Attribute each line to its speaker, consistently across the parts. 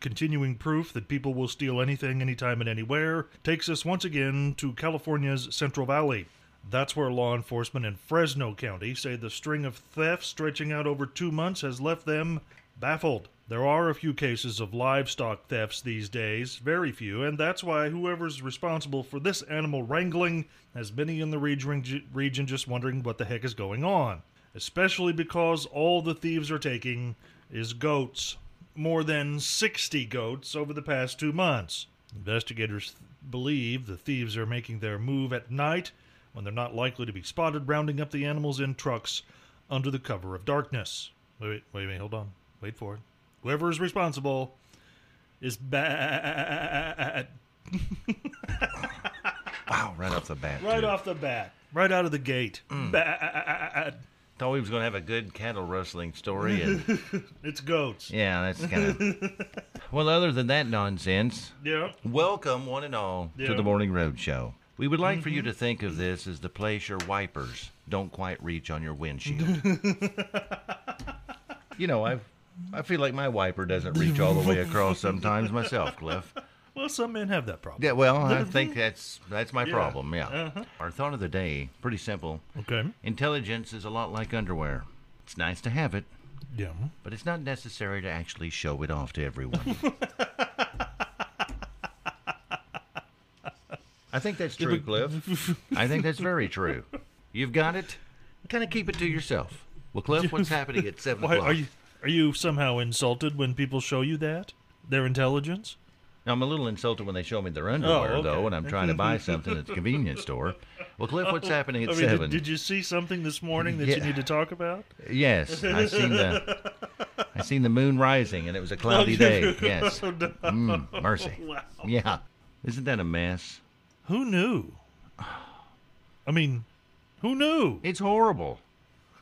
Speaker 1: Continuing proof that people will steal anything, anytime, and anywhere takes us once again to California's Central Valley. That's where law enforcement in Fresno County say the string of thefts stretching out over two months has left them baffled. There are a few cases of livestock thefts these days, very few, and that's why whoever's responsible for this animal wrangling has many in the region, region just wondering what the heck is going on. Especially because all the thieves are taking is goats more than 60 goats over the past two months. Investigators th- believe the thieves are making their move at night when they're not likely to be spotted, rounding up the animals in trucks under the cover of darkness. Wait, wait, wait, wait hold on. Wait for it. Whoever is responsible is bad.
Speaker 2: Wow, right off the bat.
Speaker 1: Right
Speaker 2: dude.
Speaker 1: off the bat. Right out of the gate. Bad.
Speaker 2: Thought we was going to have a good cattle rustling story. And,
Speaker 1: It's goats.
Speaker 2: yeah, that's kind of. Well, other than that nonsense,
Speaker 1: Yeah.
Speaker 2: welcome one and all
Speaker 1: Yeah. Mm-hmm.
Speaker 2: to the Morning Road Show. We would like for you to think of this as the place your wipers don't quite reach on your windshield. you know, I've. I feel like my wiper doesn't reach all the way across sometimes myself, Cliff.
Speaker 1: Well, some men have that problem.
Speaker 2: Yeah, well, I think that's that's my
Speaker 1: Yeah.
Speaker 2: problem. Yeah.
Speaker 1: Uh-huh.
Speaker 2: Our thought of the day, pretty simple.
Speaker 1: Okay.
Speaker 2: Intelligence is a lot like underwear. It's nice to have it,
Speaker 1: Yeah.
Speaker 2: but it's not necessary to actually show it off to everyone. I think that's true, Cliff. I think that's very true. You've got it. Kind of keep it to yourself. Well, Cliff, what's happening at seven
Speaker 1: Why
Speaker 2: o'clock?
Speaker 1: are you are you somehow insulted when people show you that their intelligence?
Speaker 2: Now, I'm a little insulted when they show me their underwear,
Speaker 1: Oh, okay.
Speaker 2: though, when I'm trying to buy something at the convenience store. Well, Cliff, what's happening at
Speaker 1: I mean, did-
Speaker 2: seven?
Speaker 1: Did, you see something this morning that you
Speaker 2: Yeah.
Speaker 1: need to talk about?
Speaker 2: Yes, I seen the I seen the moon rising, and it was a cloudy
Speaker 1: Okay.
Speaker 2: day. Yes,
Speaker 1: Oh, no.
Speaker 2: Mm, mercy.
Speaker 1: Wow.
Speaker 2: Yeah, isn't that a mess?
Speaker 1: Who knew? I mean, who knew?
Speaker 2: It's horrible.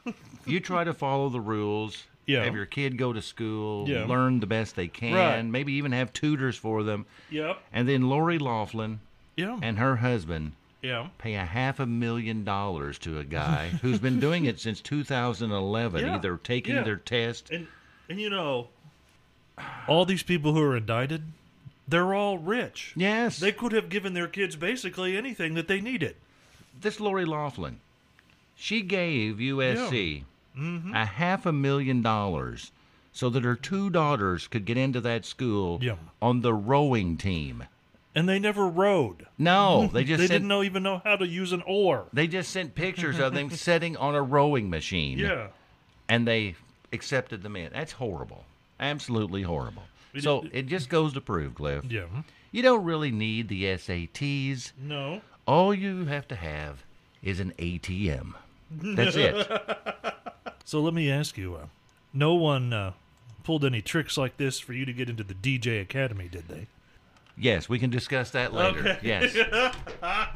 Speaker 2: You try to follow the rules.
Speaker 1: Yeah.
Speaker 2: Have your kid go to school,
Speaker 1: Yeah.
Speaker 2: learn the best they can,
Speaker 1: Right.
Speaker 2: maybe even have tutors for them,
Speaker 1: Yep.
Speaker 2: and then Lori Laughlin
Speaker 1: Yeah.
Speaker 2: and her husband
Speaker 1: yeah.
Speaker 2: pay a half a million dollars to a guy who's been doing it since 2011,
Speaker 1: Yeah.
Speaker 2: either taking
Speaker 1: Yeah.
Speaker 2: their test.
Speaker 1: And and you know, all these people who are indicted, they're all rich.
Speaker 2: Yes,
Speaker 1: They could have given their kids basically anything that they needed.
Speaker 2: this Lori Laughlin, she gave USC
Speaker 1: Mm-hmm.
Speaker 2: a half a million dollars so that her two daughters could get into that school
Speaker 1: Yeah.
Speaker 2: on the rowing team.
Speaker 1: And they never rowed.
Speaker 2: No, they just
Speaker 1: they
Speaker 2: sent,
Speaker 1: didn't know, even know how to use an oar.
Speaker 2: they just sent pictures of them sitting on a rowing machine.
Speaker 1: Yeah.
Speaker 2: and they accepted them in. That's horrible. Absolutely horrible.
Speaker 1: It-
Speaker 2: so it just goes to prove, Cliff,
Speaker 1: Yeah.
Speaker 2: you don't really need the SATs.
Speaker 1: No.
Speaker 2: All you have to have is an ATM. That's it.
Speaker 1: So let me ask you, uh, no one uh, pulled any tricks like this for you to get into the DJ Academy, did they?
Speaker 2: Yes, we can discuss that later. Yes.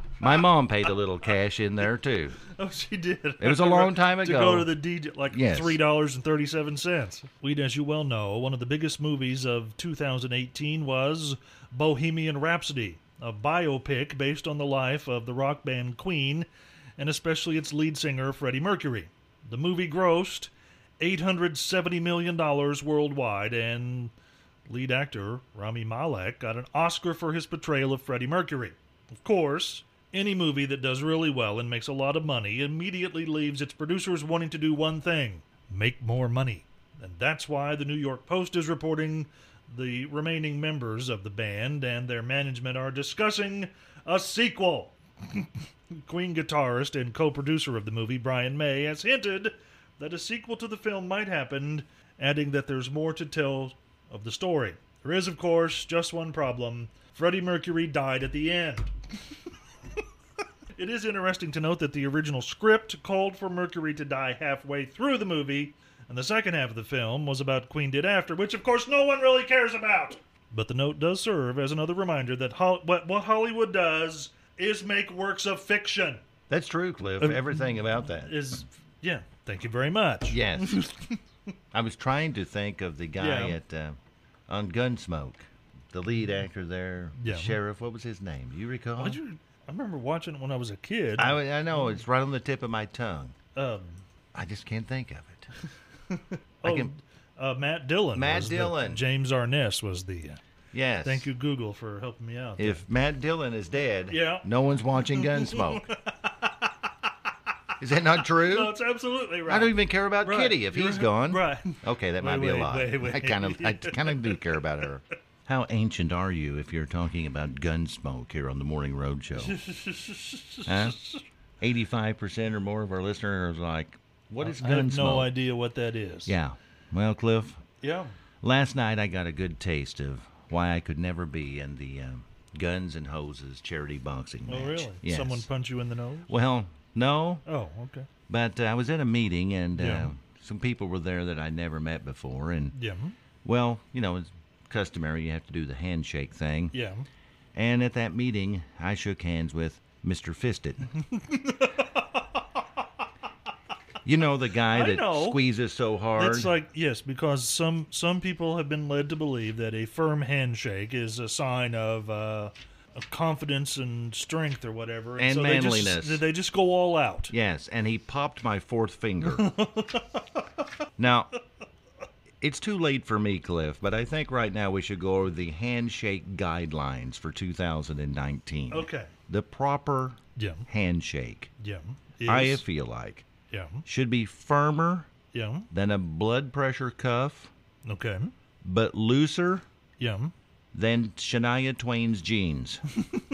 Speaker 2: My mom paid a little cash in there too.
Speaker 1: Oh, she did.
Speaker 2: It was a long time
Speaker 1: to
Speaker 2: ago.
Speaker 1: go to the DJ, like
Speaker 2: Yes.
Speaker 1: three dollars and thirty-seven cents. Weed, as you well know, one of the biggest movies of 2018 was Bohemian Rhapsody, a biopic based on the life of the rock band Queen, and especially its lead singer Freddie Mercury. The movie grossed 870 million dollars worldwide, and lead actor Rami Malek got an Oscar for his portrayal of Freddie Mercury. Of course, any movie that does really well and makes a lot of money immediately leaves its producers wanting to do one thing make more money. And that's why the New York Post is reporting the remaining members of the band and their management are discussing a sequel. Queen guitarist and co producer of the movie, Brian May, has hinted that a sequel to the film might happen, adding that there's more to tell of the story. There is, of course, just one problem Freddie Mercury died at the end. it is interesting to note that the original script called for Mercury to die halfway through the movie, And the second half of the film was about Queen Did After, which of course no one really cares about. But the note does serve as another reminder that Hol- what, what Hollywood does is make works of fiction.
Speaker 2: That's true, Cliff.
Speaker 1: Uh,
Speaker 2: Everything about that.
Speaker 1: Is yeah. Thank you very much.
Speaker 2: Yes. I was trying to think of the guy
Speaker 1: Yeah. Mm-hmm.
Speaker 2: at uh, on Gunsmoke, the lead actor there, the
Speaker 1: Yeah.
Speaker 2: sheriff. What was his name? Do you recall?
Speaker 1: Why'd you- I remember watching it when I was a kid.
Speaker 2: I, I know it's right on the tip of my tongue.
Speaker 1: um,
Speaker 2: I just can't think of it. I
Speaker 1: oh,
Speaker 2: can-
Speaker 1: uh, Matt Dillon.
Speaker 2: Matt
Speaker 1: was the-
Speaker 2: Dillon.
Speaker 1: James Arness was the. uh,
Speaker 2: Yes.
Speaker 1: Thank you, Google, for helping me out.
Speaker 2: If Matt Dillon is dead,
Speaker 1: Yeah.
Speaker 2: no one's watching Gunsmoke. is that not true?
Speaker 1: no, Oh, it's absolutely right.
Speaker 2: I don't even care about
Speaker 1: Right.
Speaker 2: Kitty if
Speaker 1: You're
Speaker 2: he's
Speaker 1: right.
Speaker 2: gone.
Speaker 1: Right.
Speaker 2: Okay, that might
Speaker 1: Wait,
Speaker 2: be a
Speaker 1: wait,
Speaker 2: lie.
Speaker 1: wait, wait.
Speaker 2: I kind of, I kind of do care about her. How ancient are you if you're talking about Gunsmoke here on the Morning Roadshow? huh? Eighty-five percent or more of our listeners are like, "What is
Speaker 1: I have
Speaker 2: Gunsmoke?"
Speaker 1: no idea what that is.
Speaker 2: Yeah. Well, Cliff,
Speaker 1: Yeah.
Speaker 2: last night I got a good taste of why I could never be in the um, Guns and Hoses charity boxing
Speaker 1: Oh,
Speaker 2: match.
Speaker 1: really?
Speaker 2: Yes.
Speaker 1: Someone punch you in the nose?
Speaker 2: Well, no,
Speaker 1: Oh, okay.
Speaker 2: but uh, I was in a meeting and
Speaker 1: Yeah.
Speaker 2: uh, some people were there that I never met before, and
Speaker 1: Yeah. hmm.
Speaker 2: well, you know, it's customary you have to do the handshake thing.
Speaker 1: Yeah.
Speaker 2: And at that meeting, I shook hands with Mr. Fisted. you know the guy
Speaker 1: I
Speaker 2: that
Speaker 1: know.
Speaker 2: squeezes so hard.
Speaker 1: That's like yes, because some some people have been led to believe that a firm handshake is a sign of, uh, of confidence and strength or whatever,
Speaker 2: And
Speaker 1: so they just-
Speaker 2: manliness.
Speaker 1: they just go all out.
Speaker 2: Yes, and he popped my fourth finger. now, it's too late for me, Cliff, but I think right now we should go over the handshake guidelines for 2019.
Speaker 1: Okay.
Speaker 2: The proper
Speaker 1: Yeah.
Speaker 2: handshake,
Speaker 1: Yeah. Is,
Speaker 2: I feel like,
Speaker 1: yeah.
Speaker 2: should be firmer
Speaker 1: Yeah.
Speaker 2: than a blood pressure cuff,
Speaker 1: Okay.
Speaker 2: but looser
Speaker 1: Yeah.
Speaker 2: than Shania Twain's jeans.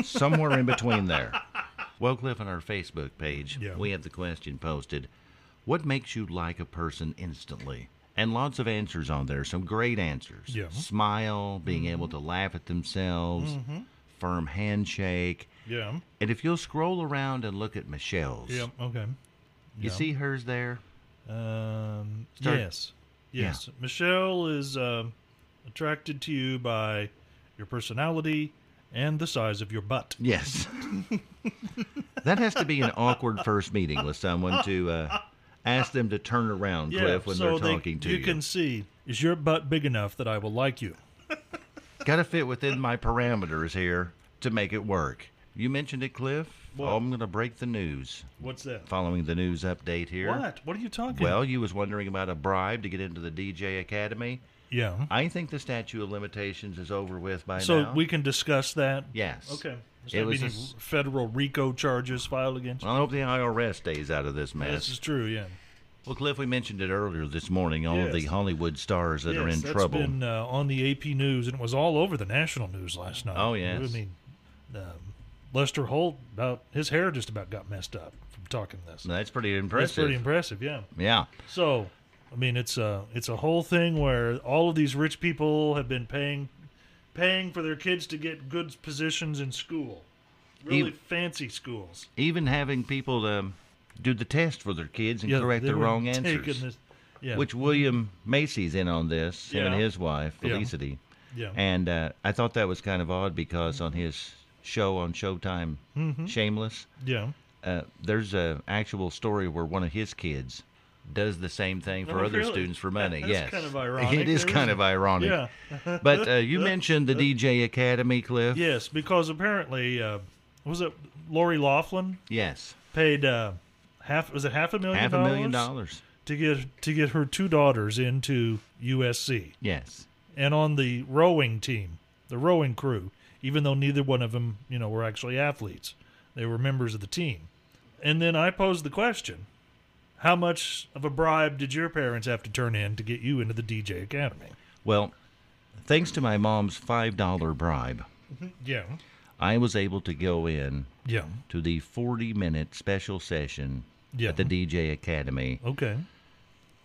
Speaker 2: Somewhere in between there. Well, Cliff, on our Facebook page,
Speaker 1: Yeah.
Speaker 2: we have the question posted What makes you like a person instantly? And lots of answers on there, some great answers.
Speaker 1: Yeah. Mm-hmm.
Speaker 2: Smile, being able to laugh at themselves, firm handshake.
Speaker 1: Yeah.
Speaker 2: And if you'll scroll around and look at Michelle's,
Speaker 1: Yeah. Okay.
Speaker 2: you
Speaker 1: Yeah.
Speaker 2: see hers there?
Speaker 1: Um,
Speaker 2: Start-
Speaker 1: yes. Yes. Michelle is um attracted to you by your personality and the size of your butt.
Speaker 2: Yes. that has to be an awkward first meeting with someone to uh, ask them to turn around, Cliff, when
Speaker 1: so
Speaker 2: they're
Speaker 1: they-
Speaker 2: talking to you.
Speaker 1: you can see is your butt big enough that I will like you.
Speaker 2: Got to fit within my parameters here to make it work. You mentioned it, Cliff.
Speaker 1: What?
Speaker 2: I'm going to break the news.
Speaker 1: What's that?
Speaker 2: Following the news update here.
Speaker 1: What? What are you talking?
Speaker 2: Well, you was wondering about a bribe to get into the DJ Academy.
Speaker 1: yeah.
Speaker 2: I think the statute of limitations is over with by
Speaker 1: So
Speaker 2: now.
Speaker 1: we can discuss that.
Speaker 2: yes.
Speaker 1: Okay. There's
Speaker 2: It
Speaker 1: not
Speaker 2: was
Speaker 1: any
Speaker 2: a s-
Speaker 1: federal RICO charges filed against. you?
Speaker 2: I hope the IRS stays out of this mess.
Speaker 1: this is true. Yeah.
Speaker 2: Well, Cliff, we mentioned it earlier this morning. All of the
Speaker 1: Yes.
Speaker 2: Hollywood stars that are
Speaker 1: Yes,
Speaker 2: in
Speaker 1: that's
Speaker 2: trouble.
Speaker 1: been uh, on the AP news, and it was all over the national news last night.
Speaker 2: Oh, yes.
Speaker 1: I mean, um, Lester Holt about his hair just about got messed up from talking this.
Speaker 2: That's pretty
Speaker 1: That's
Speaker 2: impressive.
Speaker 1: pretty impressive. Yeah.
Speaker 2: yeah.
Speaker 1: So, I mean, it's a it's a whole thing where all of these rich people have been paying paying for their kids to get good positions in school, really
Speaker 2: Ev-
Speaker 1: fancy schools.
Speaker 2: Even having people um, do the test for their kids and correct
Speaker 1: they
Speaker 2: the
Speaker 1: were
Speaker 2: wrong
Speaker 1: taking
Speaker 2: answers.
Speaker 1: this- yeah.
Speaker 2: Which William Macy's in on this, him and
Speaker 1: Yeah.
Speaker 2: his wife,
Speaker 1: Yeah.
Speaker 2: Felicity.
Speaker 1: yeah.
Speaker 2: And uh, I thought that was kind of odd because on his show on Showtime,
Speaker 1: Mm-hmm.
Speaker 2: Shameless,
Speaker 1: yeah.
Speaker 2: uh, there's a actual story where one of his kids does the same thing for
Speaker 1: Oh,
Speaker 2: other
Speaker 1: really?
Speaker 2: students for money.
Speaker 1: That's
Speaker 2: yes,
Speaker 1: kind of ironic
Speaker 2: It is
Speaker 1: there,
Speaker 2: kind of
Speaker 1: isn't
Speaker 2: ironic.
Speaker 1: Yeah.
Speaker 2: But uh, you mentioned the DJ Academy, Cliff.
Speaker 1: Yes, because apparently, uh, was it Lori Laughlin
Speaker 2: Yes,
Speaker 1: paid uh, half? Was it half a million?
Speaker 2: half a
Speaker 1: dollars
Speaker 2: million dollars.
Speaker 1: to get to get her two daughters into USC
Speaker 2: Yes,
Speaker 1: and on the rowing team, the rowing crew. Even though neither one of them, you know, were actually athletes, they were members of the team. And then I posed the question: How much of a bribe did your parents have to turn in to get you into the DJ Academy?
Speaker 2: Well, thanks to my mom's $5 bribe,
Speaker 1: Yeah,
Speaker 2: I was able to go in
Speaker 1: yeah,
Speaker 2: to the 40 minute special session
Speaker 1: yeah.
Speaker 2: at the DJ Academy.
Speaker 1: okay.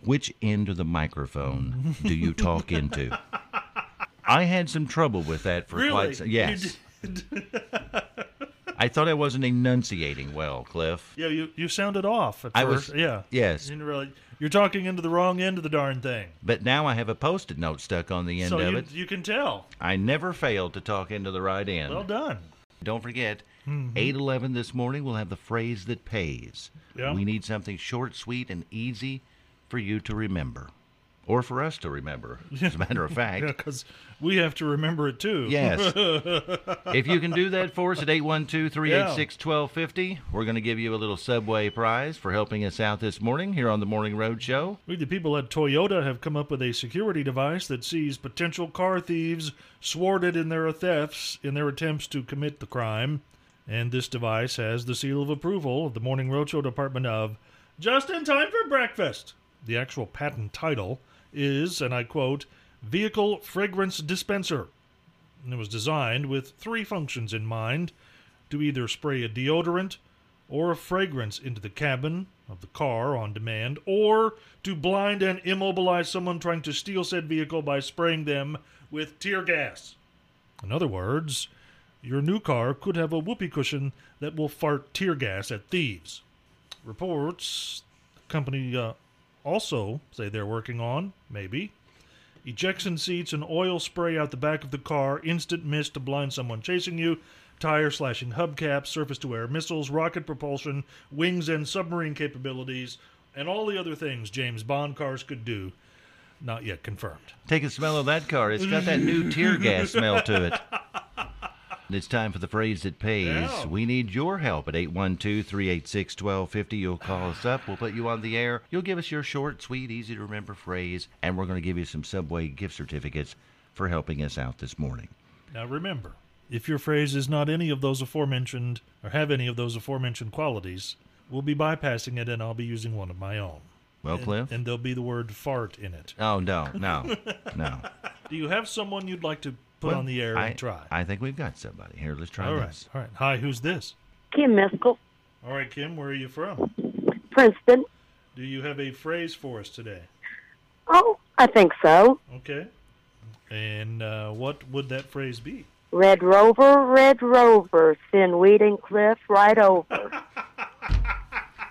Speaker 2: Which end of the microphone do you talk into? I had some trouble with that for quite some
Speaker 1: You
Speaker 2: Yes.
Speaker 1: did-
Speaker 2: I thought I wasn't enunciating well, Cliff.
Speaker 1: Yeah, you, you sounded off at
Speaker 2: I was-
Speaker 1: first. yeah.
Speaker 2: Yes.
Speaker 1: Didn't really. You're talking into the wrong end of the darn thing.
Speaker 2: But now I have a post-it note stuck on the end
Speaker 1: so
Speaker 2: of
Speaker 1: you,
Speaker 2: it.
Speaker 1: you can tell.
Speaker 2: I never fail to talk into the right end.
Speaker 1: Well done.
Speaker 2: Don't forget,
Speaker 1: Mm-hmm.
Speaker 2: 811 this morning, we'll have the phrase that pays.
Speaker 1: Yeah.
Speaker 2: We need something short, sweet, and easy for you to remember. Or for us to remember, as a matter of fact.
Speaker 1: Yeah, because we have to remember it too.
Speaker 2: Yes. if you can do that for us at 812 386 1250, we're going to give you a little Subway prize for helping us out this morning here on the Morning Road Show.
Speaker 1: We, the people at Toyota have come up with a security device that sees potential car thieves thwarted in their thefts in their attempts to commit the crime. And this device has the seal of approval of the Morning Roadshow Department of Just in Time for Breakfast. The actual patent title is, and I quote, Vehicle Fragrance Dispenser. And it was designed with three functions in mind to either spray a deodorant, or a fragrance into the cabin of the car on demand, or to blind and immobilize someone trying to steal said vehicle by spraying them with tear gas. In other words, your new car could have a whoopee cushion that will fart tear gas at thieves. Reports the company uh, also say they're working on, maybe, ejection seats and oil spray out the back of the car, instant mist to blind someone chasing you, tire slashing hubcaps, surface to air missiles, rocket propulsion, wings and submarine capabilities, and all the other things James Bond cars could do. Not yet confirmed.
Speaker 2: Take a smell of that car. It's got that new tear gas smell to it. And It's time for the phrase that pays.
Speaker 1: Yeah.
Speaker 2: We need your help at 812 386 1250. You'll call us up. We'll put you on the air. You'll give us your short, sweet, easy to remember phrase, and we're going to give you some Subway gift certificates for helping us out this morning.
Speaker 1: Now remember, if your phrase is not any of those aforementioned, or have any of those aforementioned qualities, we'll be bypassing it and I'll be using one of my own.
Speaker 2: Well, Cliff?
Speaker 1: And there'll be the word fart in it.
Speaker 2: Oh, no, no, no.
Speaker 1: Do you have someone you'd like to put
Speaker 2: Well,
Speaker 1: on the air
Speaker 2: I,
Speaker 1: and try?
Speaker 2: I think we've got somebody. Here, let's try
Speaker 1: All
Speaker 2: this.
Speaker 1: right. All right. Hi, who's this?
Speaker 3: Kim Miskell,
Speaker 1: All right, Kim, where are you from?
Speaker 3: Princeton.
Speaker 1: Do you have a phrase for us today?
Speaker 3: Oh, I think so.
Speaker 1: Okay. And uh, what would that phrase be?
Speaker 3: Red Rover, Red Rover, send Wheaton Cliff right over.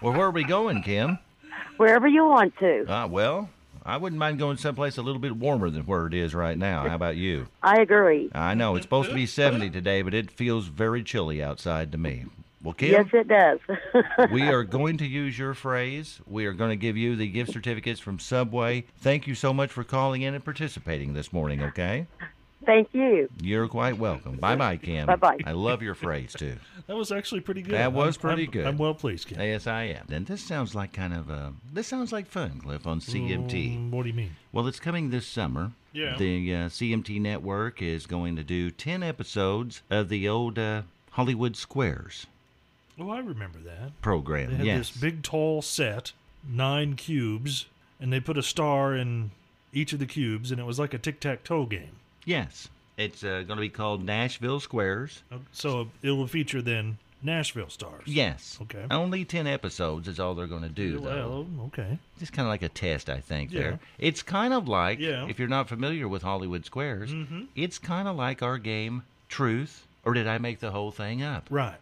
Speaker 2: Well, where are we going, Kim?
Speaker 3: Wherever you want to.
Speaker 2: Ah, well, I wouldn't mind going someplace a little bit warmer than where it is right now. How about you?
Speaker 3: I agree.
Speaker 2: I know it's supposed to be 70 today, but it feels very chilly outside to me. Well, Kim,
Speaker 3: Yes, it does.
Speaker 2: we are going to use your phrase. We are going to give you the gift certificates from Subway. Thank you so much for calling in and participating this morning, okay?
Speaker 3: Thank you.
Speaker 2: You're quite welcome. Bye bye, Kim.
Speaker 3: Bye-bye.
Speaker 2: I love your phrase, too.
Speaker 1: That was actually pretty good.
Speaker 2: That
Speaker 1: I'm-
Speaker 2: was pretty
Speaker 1: I'm-
Speaker 2: good.
Speaker 1: I'm well pleased, Kim.
Speaker 2: Yes, I am. And this sounds like kind of a. This sounds like fun, Cliff, on CMT.
Speaker 1: Mm, what do you mean?
Speaker 2: Well, it's coming this summer.
Speaker 1: Yeah.
Speaker 2: The uh, CMT network is going to do 10 episodes of the old uh, Hollywood Squares
Speaker 1: Oh, I remember that.
Speaker 2: program.
Speaker 1: They had
Speaker 2: yes.
Speaker 1: this big, tall set, nine cubes, and they put a star in each of the cubes, and it was like a tic tac toe game.
Speaker 2: yes. It's uh, going to be called Nashville Squares.
Speaker 1: So it will feature then Nashville stars.
Speaker 2: Yes.
Speaker 1: Okay.
Speaker 2: Only 10 episodes is all they're going to do, though.
Speaker 1: Well, okay.
Speaker 2: Just kind of like a test, I think,
Speaker 1: Yeah.
Speaker 2: there. It's kind of like,
Speaker 1: Yeah. Mm-hmm.
Speaker 2: if you're not familiar with Hollywood Squares, it's kind of like our game Truth, or did I make the whole thing up?
Speaker 1: Right.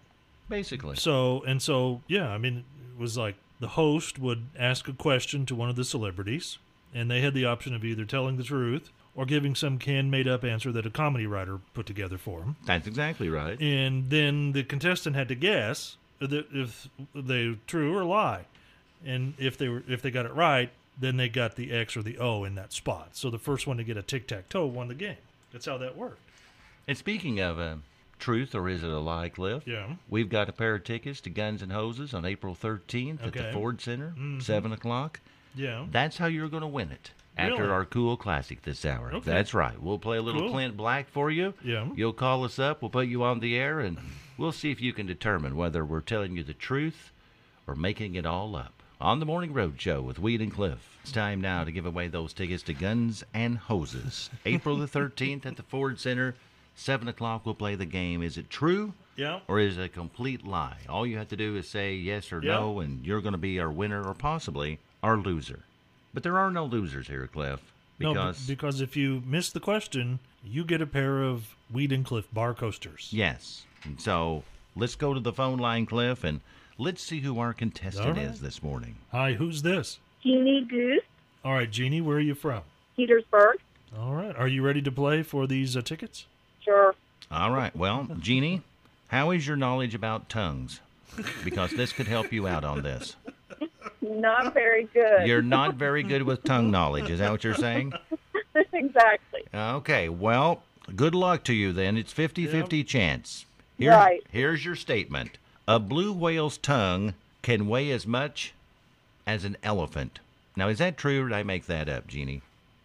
Speaker 2: Basically.
Speaker 1: So and so, yeah. I mean, it was like the host would ask a question to one of the celebrities, and they had the option of either telling the truth or giving some canned, made-up answer that a comedy writer put together for them.
Speaker 2: That's exactly right.
Speaker 1: And then the contestant had to guess that if they true or lie, and if they were if they got it right, then they got the X or the O in that spot. So the first one to get a tic-tac-toe won the game. That's how that worked.
Speaker 2: And speaking of uh, truth, or is it a lie, Cliff?
Speaker 1: Yeah.
Speaker 2: We've got a pair of tickets to Guns and Hoses on April 13th at the
Speaker 1: Okay. Mm-hmm.
Speaker 2: Ford Center, 7 o'clock.
Speaker 1: Yeah.
Speaker 2: That's how you're going to win it after
Speaker 1: Really?
Speaker 2: our cool classic this hour.
Speaker 1: Okay.
Speaker 2: That's right. We'll play a little
Speaker 1: Cool.
Speaker 2: Clint Black for you.
Speaker 1: Yeah.
Speaker 2: You'll call us up, we'll put you on the air, and we'll see if you can determine whether we're telling you the truth or making it all up. On the Morning Road Show with Weed and Cliff. It's time now to give away those tickets to Guns and Hoses. April the 13th at the Ford Center, 7 o'clock, we'll play the game. Is it true?
Speaker 1: Yeah.
Speaker 2: or is it a complete lie? All you have to do is say yes or
Speaker 1: Yeah.
Speaker 2: no, and you're going to be our winner or possibly our loser. But there are no losers here, Cliff,
Speaker 1: No, b-
Speaker 2: because
Speaker 1: because if you miss the question, you get a pair of Weed and Cliff bar coasters.
Speaker 2: yes. And so let's go to the phone line, Cliff, and let's see who our contestant
Speaker 1: All right.
Speaker 2: is this morning.
Speaker 1: Hi, who's this?
Speaker 4: Jeannie Goose,
Speaker 1: All right, Jeannie, where are you from?
Speaker 4: Petersburg.
Speaker 1: All right. Are you ready to play for these uh, tickets?
Speaker 4: Sure.
Speaker 2: All right. Well, Jeannie, how is your knowledge about tongues? Because this could help you out on this.
Speaker 4: Not very good.
Speaker 2: You're not very good with tongue knowledge. Is that what you're saying?
Speaker 4: exactly.
Speaker 2: Okay. Well, good luck to you then. It's 50 50 chance. Here,
Speaker 4: Right.
Speaker 2: Here's your statement A blue whale's tongue can weigh as much as an elephant. Now, is that true or did I make that up, Jeannie?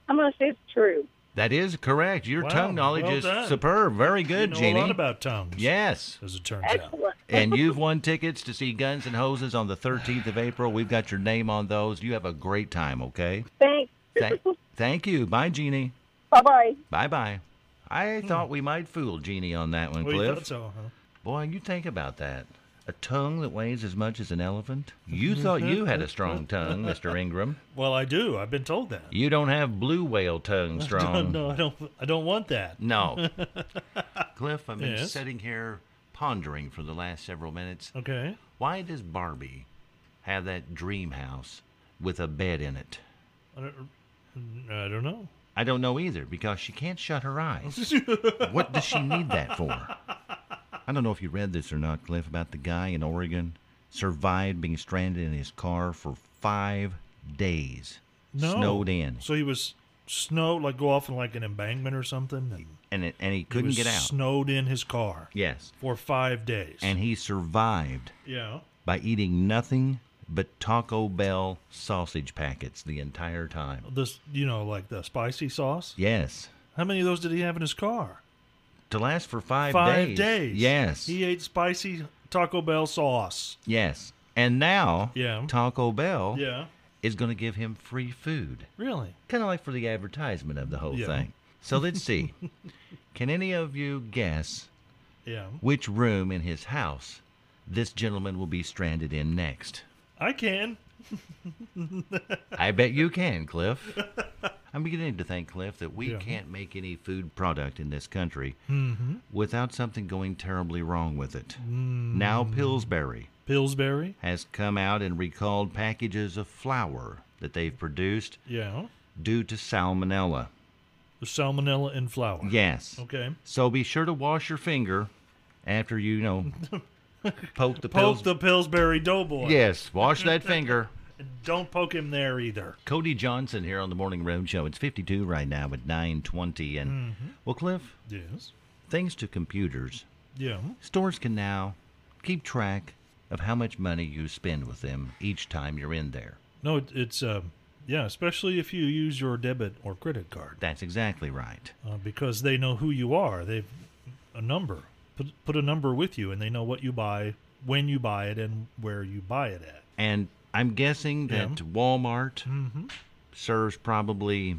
Speaker 4: I'm going to say it's true.
Speaker 2: That is correct. Your
Speaker 1: Wow,
Speaker 2: tongue knowledge
Speaker 1: well
Speaker 2: is
Speaker 1: done.
Speaker 2: superb. Very good,
Speaker 1: you know
Speaker 2: Jeannie.
Speaker 1: a lot about tongues.
Speaker 2: yes.
Speaker 1: As it turns out.
Speaker 4: Excellent.
Speaker 2: and you've won tickets to see Guns and Hoses on the 13th of April. We've got your name on those. You have a great time, okay?
Speaker 4: Thanks.
Speaker 2: Thank, thank you. Bye, Jeannie.
Speaker 4: Bye bye.
Speaker 2: Bye bye. I thought we might fool Jeannie on that one,
Speaker 1: Hmm. Well, you
Speaker 2: Cliff.
Speaker 1: thought so, huh?
Speaker 2: Boy, you think about that. A tongue that weighs as much as an elephant? You thought you had a strong tongue, Mr. Ingram.
Speaker 1: Well, I do. I've been told that.
Speaker 2: You don't have blue whale tongue strong.
Speaker 1: no, I don't. I don't want that.
Speaker 2: No. Cliff, I've been
Speaker 1: Yes?
Speaker 2: sitting here pondering for the last several minutes.
Speaker 1: Okay.
Speaker 2: Why does Barbie have that dream house with a bed in it?
Speaker 1: I don't, I don't know.
Speaker 2: I don't know either because she can't shut her eyes. what does she need that for? I don't know if you read this or not, Cliff, about the guy in Oregon survived being stranded in his car for five days,
Speaker 1: No.
Speaker 2: snowed in,
Speaker 1: So he was snow like go off in like an embankment or something. And
Speaker 2: and it, and he
Speaker 1: he
Speaker 2: couldn't
Speaker 1: was
Speaker 2: get out.
Speaker 1: Snowed in his car
Speaker 2: yes,
Speaker 1: for five days.
Speaker 2: and he survived
Speaker 1: yeah.
Speaker 2: by eating nothing but Taco Bell sausage packets the entire time.
Speaker 1: This, you know, like the spicy sauce.
Speaker 2: Yes,
Speaker 1: How many of those did he have in his car?
Speaker 2: to last for five,
Speaker 1: Five
Speaker 2: days.
Speaker 1: days.
Speaker 2: Yes,
Speaker 1: He ate spicy Taco Bell sauce.
Speaker 2: yes, and now
Speaker 1: Yeah.
Speaker 2: Taco Bell
Speaker 1: Yeah.
Speaker 2: is going to give him free food.
Speaker 1: Really?
Speaker 2: Kind of like for the advertisement of the whole
Speaker 1: Yeah.
Speaker 2: thing. So let's see. Can any of you guess
Speaker 1: Yeah.
Speaker 2: which room in his house this gentleman will be stranded in next?
Speaker 1: I can.
Speaker 2: I bet you can, Cliff. I'm beginning to think, Cliff, that we
Speaker 1: Yeah. Mm-hmm.
Speaker 2: can't make any food product in this country without something going terribly wrong with it.
Speaker 1: Mm.
Speaker 2: Now, Pillsbury
Speaker 1: Pillsbury.
Speaker 2: has come out and recalled packages of flour that they've produced
Speaker 1: Yeah.
Speaker 2: due to salmonella.
Speaker 1: The salmonella in flour.
Speaker 2: Yes.
Speaker 1: Okay.
Speaker 2: So be sure to wash your finger after you, you know, poke the
Speaker 1: Poke
Speaker 2: pills.
Speaker 1: the Pillsbury Doughboy.
Speaker 2: yes, wash that finger.
Speaker 1: Don't poke him there either.
Speaker 2: Cody Johnson here on the Morning Road Show. It's 52 right now at 9:20, and
Speaker 1: Mm-hmm.
Speaker 2: well, Cliff,
Speaker 1: Yes.
Speaker 2: thanks to computers,
Speaker 1: Yeah.
Speaker 2: stores can now keep track of how much money you spend with them each time you're in there.
Speaker 1: No, it, it's uh, yeah, especially if you use your debit or credit card,
Speaker 2: That's exactly right.
Speaker 1: uh, because they know who you are. They've a number. Put put a number with you, and they know what you buy, when you buy it, and where you buy it at.
Speaker 2: And I'm guessing
Speaker 1: Yeah. Mm-hmm.
Speaker 2: that Walmart serves probably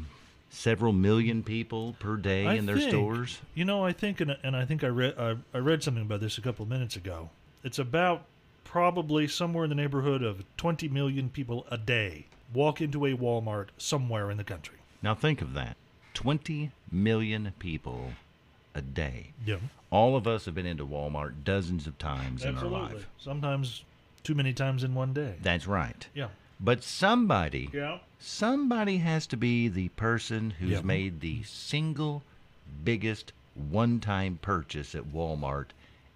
Speaker 2: several million people per day
Speaker 1: I
Speaker 2: in their
Speaker 1: think-
Speaker 2: stores.
Speaker 1: You know, I think, and, and I think I read I, I read something about this a couple of minutes ago. It's about probably somewhere in the neighborhood of 20 million people a day walk into a Walmart somewhere in the country.
Speaker 2: Now think of that 20 million people a day.
Speaker 1: Yeah,
Speaker 2: All of us have been into Walmart dozens of times in our
Speaker 1: absolutely.
Speaker 2: life.
Speaker 1: Sometimes too many times in one day.
Speaker 2: That's right.
Speaker 1: Yeah,
Speaker 2: But somebody,
Speaker 1: yeah.
Speaker 2: somebody has to be the person who's
Speaker 1: Yeah.
Speaker 2: made the single biggest one time purchase at Walmart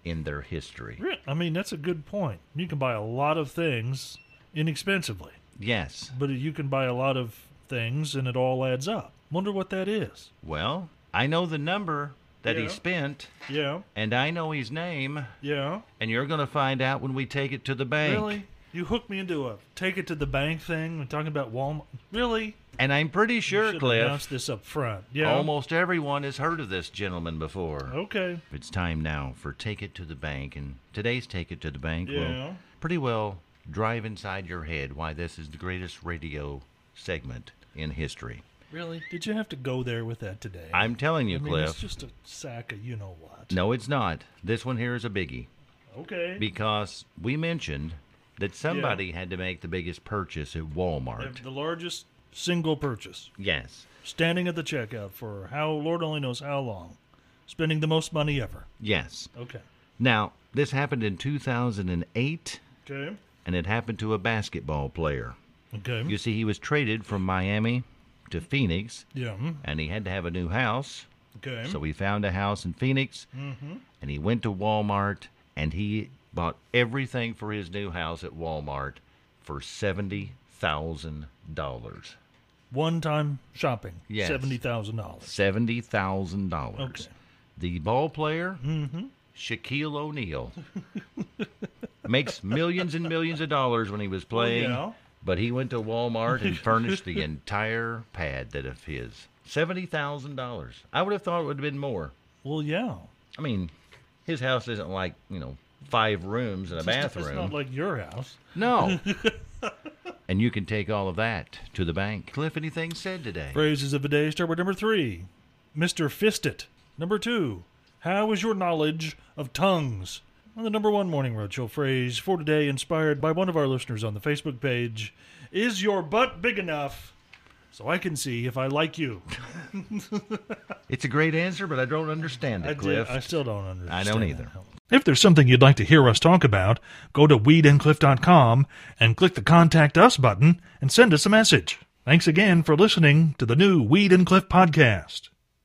Speaker 2: in their history.
Speaker 1: Re- I mean, that's a good point. You can buy a lot of things inexpensively,
Speaker 2: Yes.
Speaker 1: but you can buy a lot of things and it all adds up. Wonder what that is.
Speaker 2: Well, I know the number that he
Speaker 1: Yeah.
Speaker 2: spent,
Speaker 1: Yeah,
Speaker 2: and I know his name,
Speaker 1: yeah.
Speaker 2: and you're going to find out when we take it to the bank.
Speaker 1: Really? You hooked me into a take it to the bank thing and talking about Walmart. Really?
Speaker 2: And I'm pretty sure,
Speaker 1: Should
Speaker 2: Cliff.
Speaker 1: announce this up front. Yeah. Oh.
Speaker 2: Almost everyone has heard of this gentleman before.
Speaker 1: Okay.
Speaker 2: It's time now for Take It to the Bank, and today's Take It to the Bank
Speaker 1: Yeah.
Speaker 2: will pretty well drive inside your head why this is the greatest radio segment in history.
Speaker 1: Really? Did you have to go there with that today?
Speaker 2: I'm telling you,
Speaker 1: I mean,
Speaker 2: Cliff.
Speaker 1: It's just a sack of you know what.
Speaker 2: No, it's not. This one here is a biggie
Speaker 1: Okay.
Speaker 2: because we mentioned that somebody had to make the biggest purchase at Walmart.
Speaker 1: the largest single purchase.
Speaker 2: Yes.
Speaker 1: Standing at the checkout for how Lord only knows how long. Spending the most money ever.
Speaker 2: Yes.
Speaker 1: Okay.
Speaker 2: Now, this happened in 2008,
Speaker 1: Okay.
Speaker 2: and it happened to a basketball player.
Speaker 1: Okay.
Speaker 2: You see, he was traded from Miami to Phoenix,
Speaker 1: yeah. mm,
Speaker 2: and he had to have a new house.
Speaker 1: Okay.
Speaker 2: So he found a house in Phoenix, and he went to Walmart, and he bought everything for his new house at Walmart for seventy thousand dollars.
Speaker 1: One time shopping.
Speaker 2: Yes.
Speaker 1: $70,000.
Speaker 2: Seventy thousand dollars.
Speaker 1: Okay.
Speaker 2: The ball player,
Speaker 1: Mm-hmm.
Speaker 2: Shaquille O'Neal, makes millions and millions of dollars when he was playing.
Speaker 1: Oh, yeah.
Speaker 2: But he went to Walmart and furnished the entire pad that of his. Seventy thousand dollars. I would have thought it would have been more.
Speaker 1: Well, yeah.
Speaker 2: I mean, his house isn't like you know five rooms and a bathroom.
Speaker 1: It's not like your house.
Speaker 2: no. and you can take all of that to the bank. Cliff, anything said today?
Speaker 1: Phrases of the day start with number three, Mr. Fistit. Number two, how is your knowledge of tongues? And the number one Morning Roadshow phrase for today, inspired by one of our listeners on the Facebook page, is your butt big enough so I can see if I like you?
Speaker 2: It's a great answer, but I don't understand it,
Speaker 1: I,
Speaker 2: Cliff.
Speaker 1: did, I still don't understand.
Speaker 2: I don't either.
Speaker 1: that. If there's something you'd like to hear us talk about, go to weedandcliff.com and click the Contact Us button and send us a message. Thanks again for listening to the new Weed and Cliff podcast.